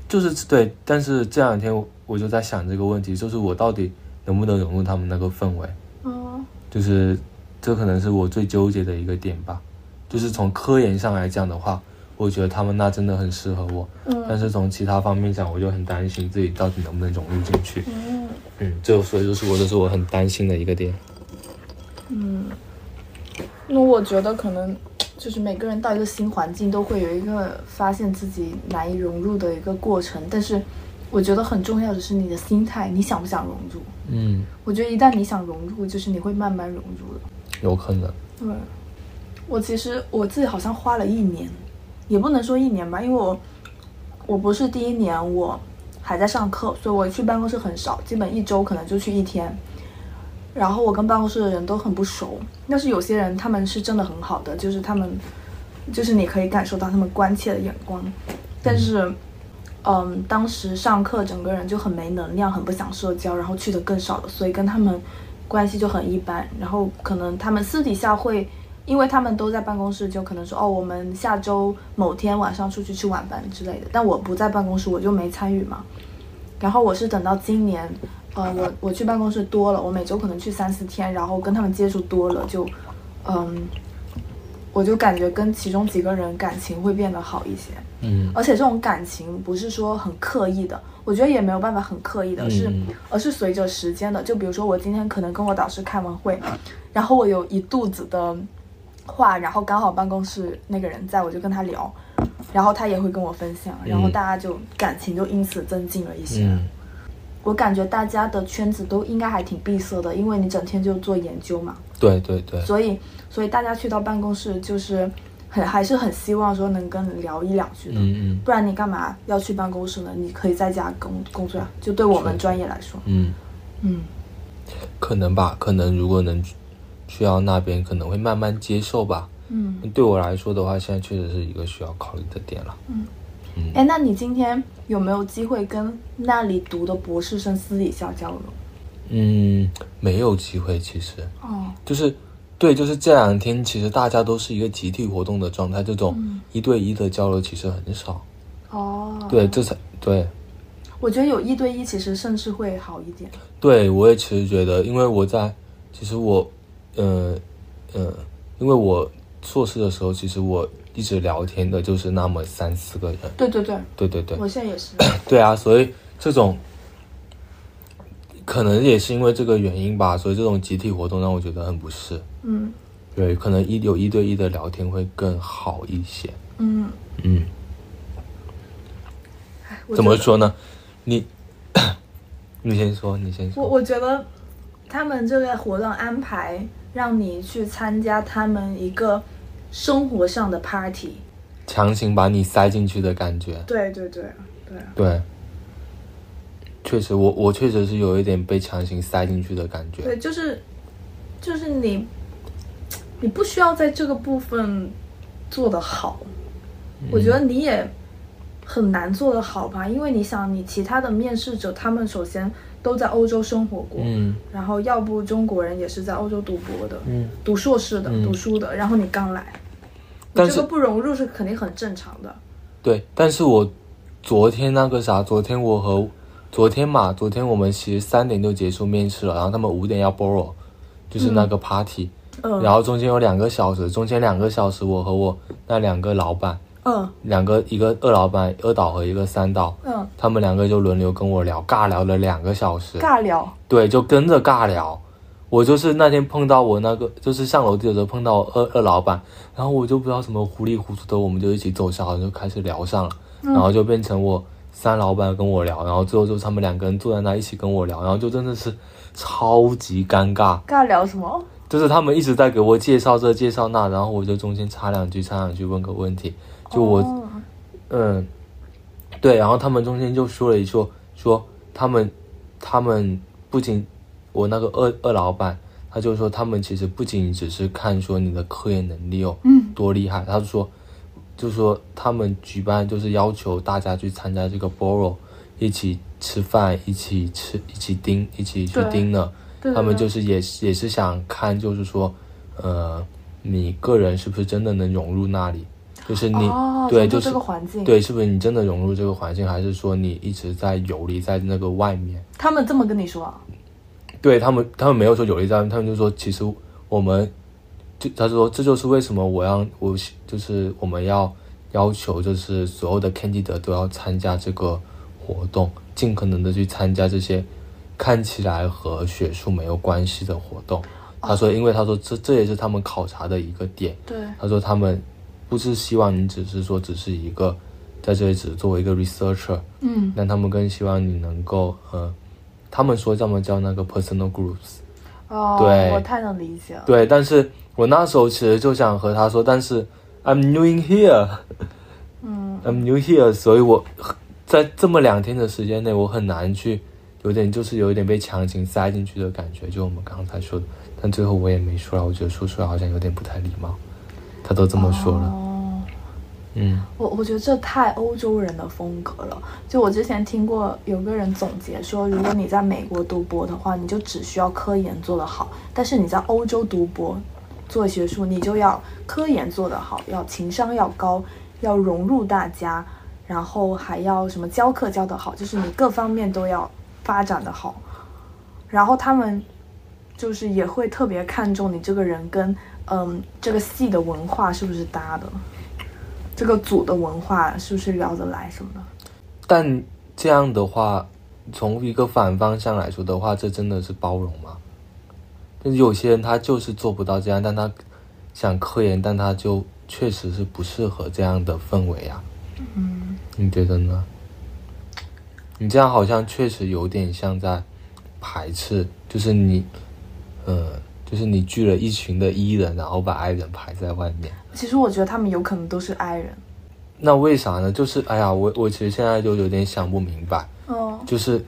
就是对，但是这两天我我就在想这个问题，就是我到底能不能融入他们那个氛围？哦，就是这可能是我最纠结的一个点吧。就是从科研上来讲的话，我觉得他们那真的很适合我，但嗯是从其他方面讲，我就很担心自己到底能不能融入进去。嗯嗯，这所以就是我这是我很担心的一个点。嗯。那我觉得可能就是每个人到一个新环境都会有一个发现自己难以融入的一个过程，但是我觉得很重要的是你的心态，你想不想融入？嗯，我觉得一旦你想融入，就是你会慢慢融入的。有可能。对，我其实我自己好像花了一年，也不能说一年吧，因为我我不是第一年我还在上课，所以我去办公室很少，基本一周可能就去一天。然后我跟办公室的人都很不熟，但是有些人他们是真的很好的，就是他们就是你可以感受到他们关切的眼光，但是。嗯，当时上课整个人就很没能量，很不想社交，然后去的更少了，所以跟他们关系就很一般。然后可能他们私底下会，因为他们都在办公室，就可能说哦，我们下周某天晚上出去吃晚饭之类的。但我不在办公室，我就没参与嘛。然后我是等到今年，呃，我我去办公室多了，我每周可能去三四天，然后跟他们接触多了，就，嗯，我就感觉跟其中几个人感情会变得好一些。嗯而且这种感情不是说很刻意的，我觉得也没有办法很刻意的，是嗯而是随着时间的。就比如说我今天可能跟我导师开完会，然后我有一肚子的话，然后刚好办公室那个人在，我就跟他聊，然后他也会跟我分享，然后嗯大家就感情就因此增进了一些。嗯我感觉大家的圈子都应该还挺闭塞的，因为你整天就做研究嘛。对对对。所以所以大家去到办公室就是很还是很希望说能跟你聊一两句的，嗯嗯不然你干嘛要去办公室呢？你可以在家工工作啊。就对我们是专业来说，嗯。嗯，可能吧，可能如果能去去到那边，可能会慢慢接受吧。嗯，对我来说的话，现在确实是一个需要考虑的点了。嗯哎，那你今天有没有机会跟那里读的博士生私底下交流？嗯，没有机会，其实哦，就是对，就是这两天其实大家都是一个集体活动的状态，这种一对一的交流其实很少。哦，对，这才对。我觉得有一对一其实甚至会好一点。对，我也其实觉得，因为我在，其实我，呃，呃，因为我硕士的时候，其实我一直聊天的就是那么三四个人，对对对，对对对，我现在 也是。对啊，所以这种可能也是因为这个原因吧，所以这种集体活动让我觉得很不适。嗯对，可能一有一对一的聊天会更好一些。嗯，嗯，哎我怎么觉得说呢？你你先说，你先说。我我觉得他们这个活动安排让你去参加他们一个生活上的 party。强行把你塞进去的感觉。对对对对，对，确实，我我确实是有一点被强行塞进去的感觉。对，就是就是你，你不需要在这个部分做得好，我觉得嗯你也很难做得好吧，因为你想，你其他的面试者他们首先都在欧洲生活过，嗯然后要不中国人也是在欧洲读博的，嗯，读硕士的，嗯读书的，然后你刚来，你但这是个不融入是肯定很正常的。对，但是我昨天那个啥，昨天我和昨天嘛，昨天我们其实三点就结束面试了，然后他们五点要 borrow，就是那个 party，、嗯然后中间有两个小时，中间两个小时我和我那两个老板，嗯两个一个二老板二导和一个三导。嗯，他们两个就轮流跟我聊，尬聊了两个小时。尬聊，对，就跟着尬聊。我就是那天碰到我那个，就是上楼梯的时候碰到我二二老板，然后我就不知道什么糊里糊涂的，我们就一起走下楼就开始聊上了，然后就变成我三老板跟我聊，然后最后就他们两个人坐在那一起跟我聊，然后就真的是超级尴尬，尬聊什么？就是他们一直在给我介绍这介绍那，然后我就中间插两句插两句问个问题，就我哦嗯，对，然后他们中间就说了一句，说他们他们不仅我那个二二老板，他就说他们其实不仅只是看说你的科研能力有嗯多厉害，他就说就说他们举办就是要求大家去参加这个 borrow，一起吃饭，一起吃，一起盯，一起去对盯了。对对他们对就是也是也是想看，就是说，呃，你个人是不是真的能融入那里？就是你、哦对，融入就是这个环境对，是不是你真的融入这个环境，还是说你一直在游离在那个外面？他们这么跟你说啊？对他们，他们没有说有利在，他们就说其实我们，就他说这就是为什么我要我就是我们要要求就是所有的 candidate 都要参加这个活动，尽可能的去参加这些看起来和学术没有关系的活动。他说，因为他说这这也是他们考察的一个点，对，他说他们不是希望你只是说只是一个在这里只作为一个 researcher，嗯，但他们更希望你能够呃，他们说这么叫那个 personal groups，哦，对我太能理解了。对，但是我那时候其实就想和他说，但是 I'm new in here，I'm 嗯 new here，所以我在这么两天的时间内，我很难去。有点就是有一点被强行塞进去的感觉，就我们刚才说的，但最后我也没说了，我觉得说出来好像有点不太礼貌。他都这么说了，哦，嗯。我我觉得这太欧洲人的风格了。就我之前听过有个人总结说，如果你在美国读博的话，你就只需要科研做得好；但是你在欧洲读博做学术，你就要科研做得好，要情商要高，要融入大家，然后还要什么教课教得好，就是你各方面都要发展得好。然后他们就是也会特别看重你这个人跟嗯这个系的文化是不是搭的。这个组的文化是不是聊得来什么的？但这样的话，从一个反方向来说的话，这真的是包容吗？但是有些人他就是做不到这样，但他想科研，但他就确实是不适合这样的氛围啊。嗯，你觉得呢？你这样好像确实有点像在排斥，就是你，呃，就是你聚了一群的 E 人，然后把 I 人排在外面。其实我觉得他们有可能都是 I 人。那为啥呢？就是哎呀，我我其实现在就有点想不明白。哦，就是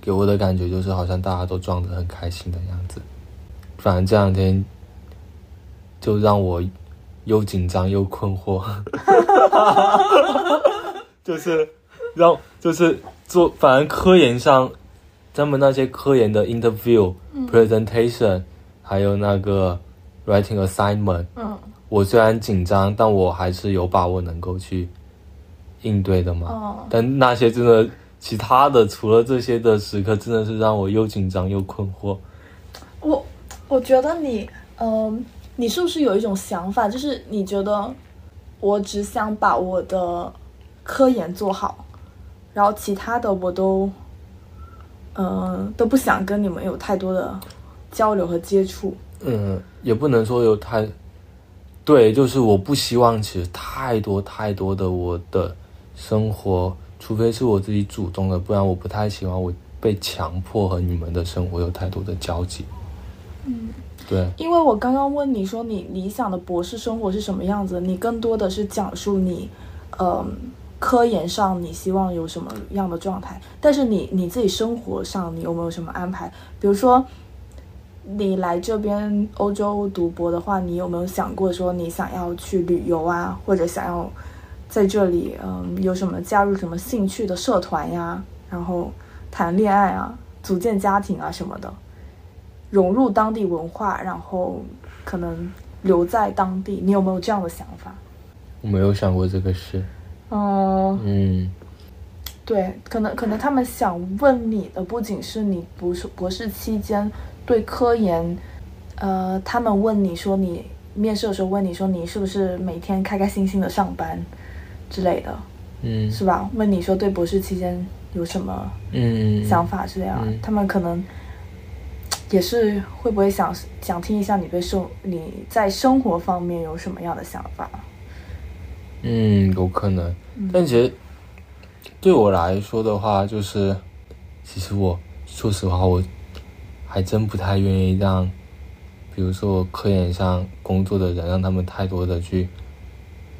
给我的感觉就是好像大家都装得很开心的样子。反正这两天就让我又紧张又困惑， 就是让就是做，反正科研上他们那些科研的 interview、presentation，还有那个 writing assignment，嗯，我虽然紧张，但我还是有把握能够去应对的嘛。哦但那些真的，其他的除了这些的时刻，真的是让我又紧张又困惑。我我觉得你，嗯，你是不是有一种想法，就是你觉得我只想把我的科研做好，然后其他的我都，嗯，都不想跟你们有太多的交流和接触。嗯，也不能说有太，对，就是我不希望其实太多太多的我的生活，除非是我自己主动的，不然我不太喜欢我被强迫和你们的生活有太多的交集。嗯，对。因为我刚刚问你说你理想的博士生活是什么样子，你更多的是讲述你，嗯，科研上你希望有什么样的状态，但是你你自己生活上你有没有什么安排？比如说，你来这边欧洲读博的话，你有没有想过说你想要去旅游啊，或者想要在这里嗯有什么加入什么兴趣的社团呀，然后谈恋爱啊，组建家庭啊什么的？融入当地文化，然后可能留在当地。你有没有这样的想法？我没有想过这个事。嗯，嗯，对，可能可能他们想问你的不仅是你博士博士期间对科研，呃，他们问你说你面试的时候问你说你是不是每天开开心心的上班之类的，嗯是吧？问你说对博士期间有什么嗯，想法之类啊，嗯他们可能也是会不会想想听一下你对生你在生活方面有什么样的想法？嗯，有可能。但其实对我来说的话，就是其实我说实话，我还真不太愿意让，比如说我科研上工作的人，让他们太多的去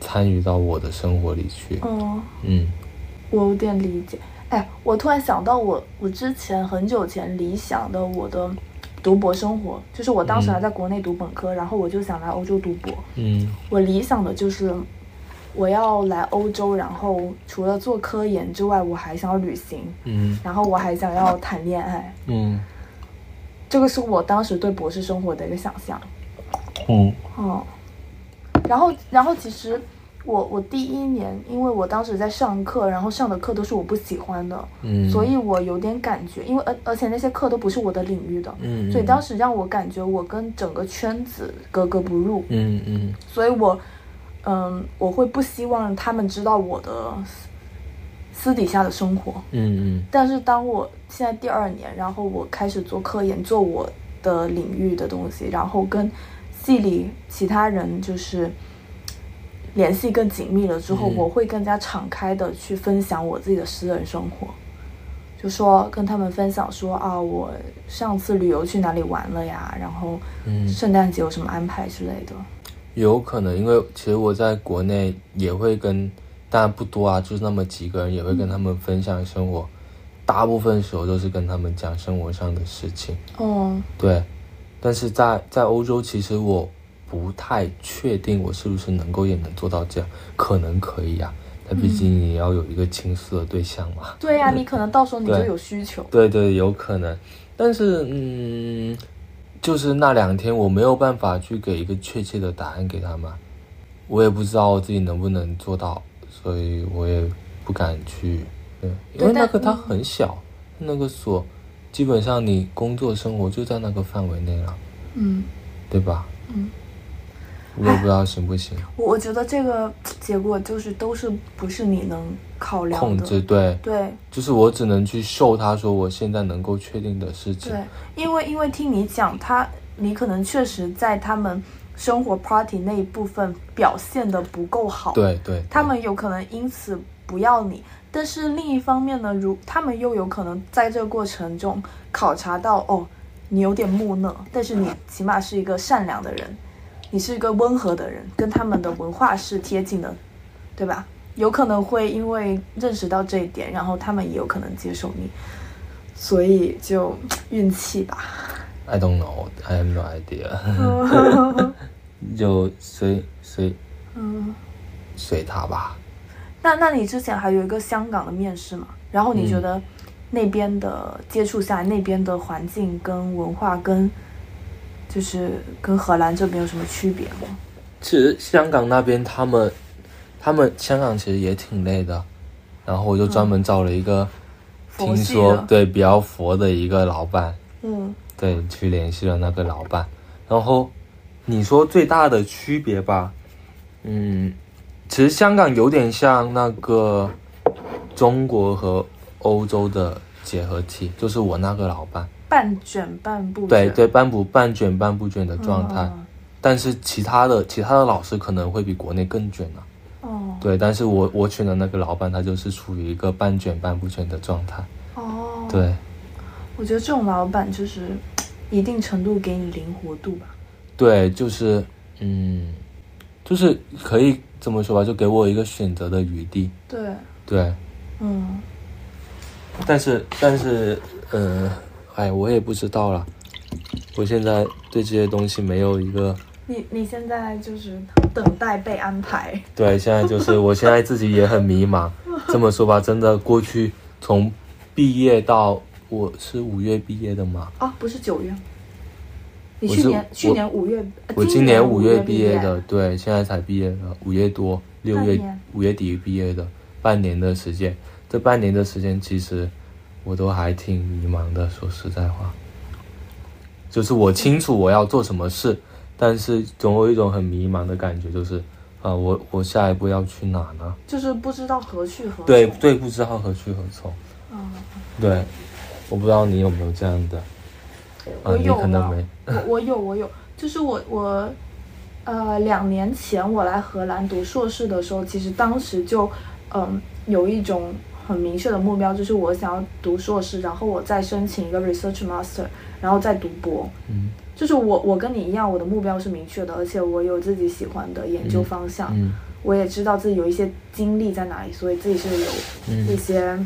参与到我的生活里去。嗯，嗯我有点理解。哎，我突然想到我，我之前很久前理想的我的读博生活，就是我当时嗯还在国内读本科，然后我就想来欧洲读博。嗯我理想的就是我要来欧洲，然后除了做科研之外，我还想要旅行，嗯然后我还想要谈恋爱。嗯这个是我当时对博士生活的一个想象。嗯哦，然后然后其实我我第一年，因为我当时在上课，然后上的课都是我不喜欢的，嗯，所以我有点感觉，因为呃而而且那些课都不是我的领域的，嗯，所以当时让我感觉我跟整个圈子格格不入，嗯嗯所以我嗯我会不希望他们知道我的私私底下的生活，嗯但是当我现在第二年，然后我开始做科研，做我的领域的东西，然后跟系里其他人就是联系更紧密了之后，嗯我会更加敞开的去分享我自己的私人生活，就说跟他们分享说啊，我上次旅游去哪里玩了呀，然后嗯，圣诞节有什么安排之类的。有可能，因为其实我在国内也会跟，当然不多啊，就是那么几个人也会跟他们分享生活，大部分时候都是跟他们讲生活上的事情。嗯对，但是在在欧洲，其实我不太确定我是不是能够也能做到这样，可能可以啊，但毕竟你要有一个倾诉的对象嘛。对呀、你可能到时候你就嗯对有需求。对对，有可能，但是嗯，就是那两天我没有办法去给一个确切的答案给他们，我也不知道我自己能不能做到，所以我也不敢去，对，因对为但那个它嗯很小，那个所基本上你工作生活就在那个范围内了，嗯。对吧？嗯，哎我也不知道行不行，我我觉得这个结果就是都是不是你能考量控的，制对，对就是我只能去受他说我现在能够确定的事情，对，因为因为听你讲，他你可能确实在他们生活 party 那一部分表现的不够好，对对，他们有可能因此不要你，但是另一方面呢，如他们又有可能在这个过程中考察到哦，你有点木讷，但是你起码是一个善良的人，你是一个温和的人，跟他们的文化是贴近的，对吧？有可能会因为认识到这一点，然后他们也有可能接受你，所以就运气吧。 I don't know, I have no idea 就随随嗯，随他吧。那那你之前还有一个香港的面试嘛？然后你嗯觉得那边的接触下来，那边的环境跟文化跟就是跟荷兰这边有什么区别吗？其实香港那边他们，他们香港其实也挺累的，然后我就专门找了一个佛听系说的，对比较佛的一个老板，嗯，对，去联系了那个老板。然后你说最大的区别吧，嗯，其实香港有点像那个中国和欧洲的结合体，就是我那个老板，半卷半不卷。对对，半不半卷半不卷的状态。嗯但是其他的其他的老师可能会比国内更卷啊。哦对，但是我我选的那个老板，他就是处于一个半卷半不卷的状态。哦，对，我觉得这种老板就是一定程度给你灵活度吧。对，就是，嗯，就是可以这么说吧，就给我一个选择的余地。对，对，嗯，但是但是，嗯、哎，我也不知道啦。我现在对这些东西没有一个，你你现在就是等待被安排，对，现在就是我现在自己也很迷 茫。这么说吧，真的过去从毕业到我是五月毕业的嘛，啊，不是九月，你我去是年我去年五月，呃我今今年五五月毕毕业的，，对，现在才毕业了，五月多，六半月年五月底毕业的，半年的时间，这半年的时间其实我都还挺迷茫的，说实在话，就是我清楚我要做什么事，但是总有一种很迷茫的感觉，就是啊、我我下一步要去哪呢？就是不知道何去何从。对对，不知道何去何从，嗯，对，我不知道你有没有这样的，啊、我你有可能啊没，我我有我有，就是我我，呃，两年前我来荷兰读硕士的时候，其实当时就，嗯、有一种很明确的目标，就是我想要读硕士，然后我再申请一个 research master，然后再读博。嗯就是我我跟你一样，我的目标是明确的，而且我有自己喜欢的研究嗯方向，嗯我也知道自己有一些经历在哪里，所以自己是有一嗯些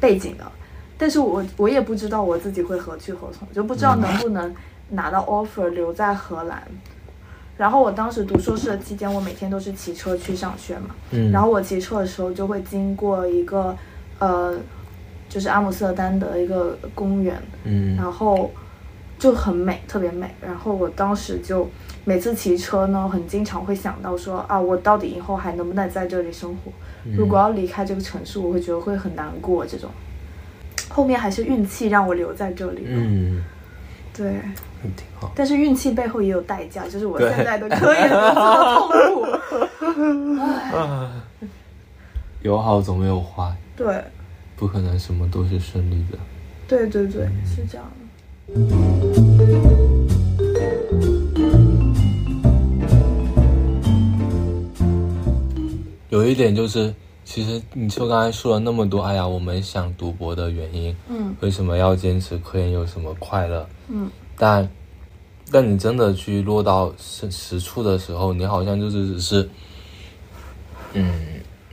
背景的，但是我我也不知道我自己会何去何从，就不知道能不能拿到 offer 留在荷兰。然后我当时读硕士的期间，我每天都是骑车去上学嘛，嗯，然后我骑车的时候就会经过一个呃，就是阿姆斯特丹的一个公园，嗯然后就很美，特别美。然后我当时就每次骑车呢，很经常会想到说啊，我到底以后还能不能在这里生活？嗯如果要离开这个城市，我会觉得会很难过。这种后面还是运气让我留在这里。嗯，对，挺好。但是运气背后也有代价，就是我对现在的科研的这么痛苦。有好总有坏，对，不可能什么都是顺利的。 对对对，嗯是这样的。有一点就是，其实你就刚才说了那么多，哎呀，我们想读博的原因，嗯为什么要坚持科研有什么快乐？嗯，但但你真的去落到实实处的时候，你好像就是只是，嗯，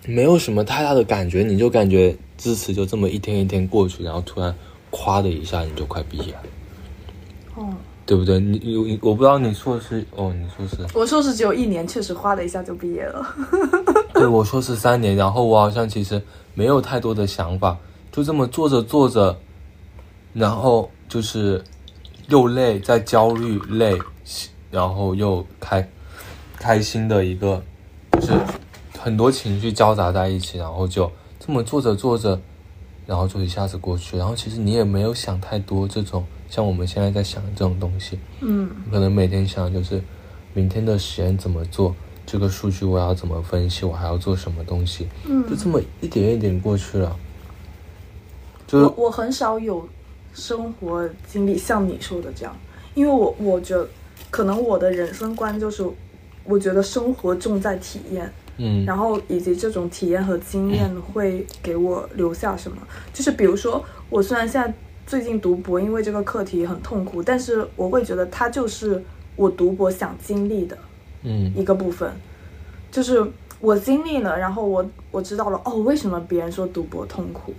没有什么太大的感觉，你就感觉支持就这么一天一天过去，然后突然咵的一下你就快毕业了，哦，对不对？你你你我不知道你硕士哦，你硕士。我硕士只有一年，确实哗的一下就毕业了。对，我硕士三年，然后我好像其实没有太多的想法，就这么做着做着，然后就是又累，再焦虑累，然后又开开心的一个，就是很多情绪交杂在一起，然后就这么做着做着，然后就一下子过去，然后其实你也没有想太多这种像我们现在在想的这种东西，嗯。可能每天想的就是明天的实验怎么做，这个数据我要怎么分析，我还要做什么东西，嗯就这么一点一点过去了。就我是我很少有生活经历像你说的这样，因为我我觉得可能我的人生观就是，我觉得生活重在体验，嗯然后以及这种体验和经验会给我留下什么。就是比如说，我虽然现在最近读博，因为这个课题很痛苦，但是我会觉得它就是我读博想经历的。嗯一个部分，就是我经历了，然后我我知道了哦，为什么别人说读博痛苦，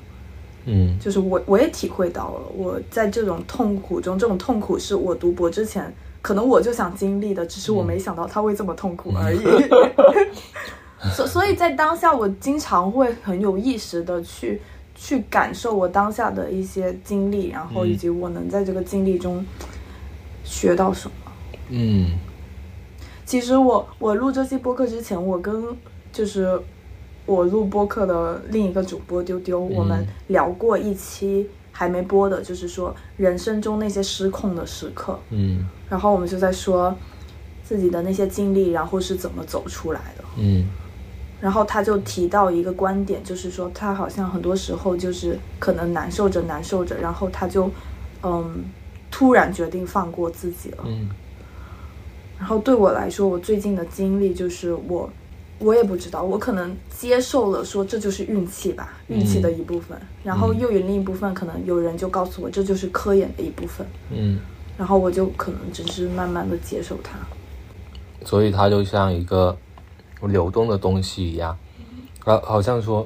嗯就是我我也体会到了，我在这种痛苦中，这种痛苦是我读博之前可能我就想经历的，只是我没想到它会这么痛苦而已。所所以，在当下，我经常会很有意识的去去感受我当下的一些经历，然后以及我能在这个经历中学到什么。嗯其实我我录这期播客之前，我跟就是我录播客的另一个主播丢丢，我们聊过一期还没播的，就是说人生中那些失控的时刻，嗯然后我们就在说自己的那些经历，然后是怎么走出来的。嗯然后他就提到一个观点，就是说他好像很多时候就是可能难受着难受着，然后他就嗯突然决定放过自己了。嗯然后对我来说，我最近的经历就是我，我也不知道，我可能接受了说这就是运气吧，运气的一部分。然后又有另一部分，可能有人就告诉我这就是科研的一部分，嗯，然后我就可能只是慢慢的接受它。所以它就像一个流动的东西一样，好，好像说，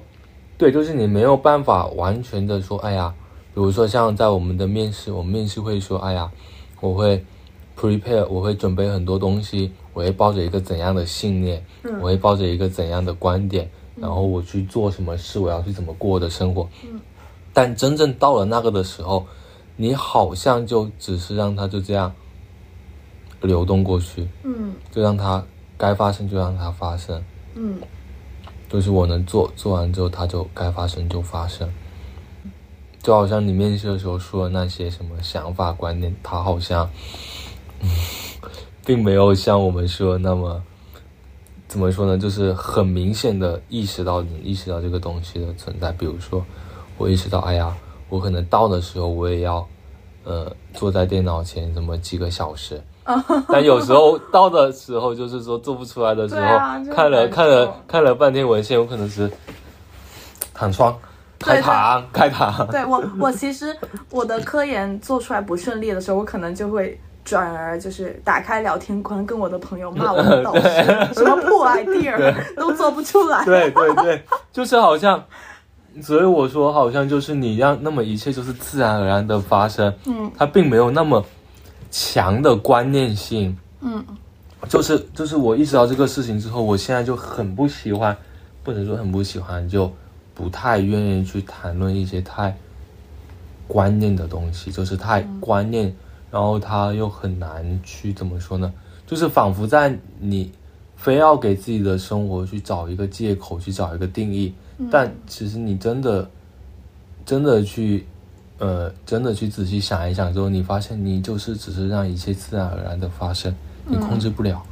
对，就是你没有办法完全的说，哎呀，比如说像在我们的面试，我们面试会说，哎呀，我会 prepare，我会准备很多东西，我会抱着一个怎样的信念，我会抱着一个怎样的观点，然后我去做什么事，我要去怎么过我的生活。但真正到了那个的时候，你好像就只是让它就这样流动过去。嗯就让它该发生就让它发生，嗯，就是我能做，做完之后它就该发生就发生。就好像你面试的时候说的那些什么想法观念，它好像、嗯并没有像我们说的那么怎么说呢，就是很明显的意识到你意识到这个东西的存在。比如说，我意识到，哎呀，我可能到的时候我也要呃坐在电脑前怎么几个小时，哦 但有时候到的时候，就是说做不出来的时候，对啊就是看感了受看了看了半天文献，有可能是躺床，开膛开膛，对我我其实我的科研做出来不顺利的时候，我可能就会。转而就是打开聊天框，跟我的朋友骂我的导师，什么破 idea 都做不出来。对对对，就是好像，所以我说好像就是你让那么一切就是自然而然的发生，嗯，它并没有那么强的观念性，嗯，就是就是我意识到这个事情之后，我现在就很不喜欢，不能说很不喜欢，就不太愿意去谈论一些太观念的东西，就是太嗯观念，然后他又很难去怎么说呢？就是仿佛在你非要给自己的生活去找一个借口，去找一个定义，但其实你真的真的去。呃，真的去仔细想一想之后，你发现你就是只是让一切自然而然的发生，你控制不了。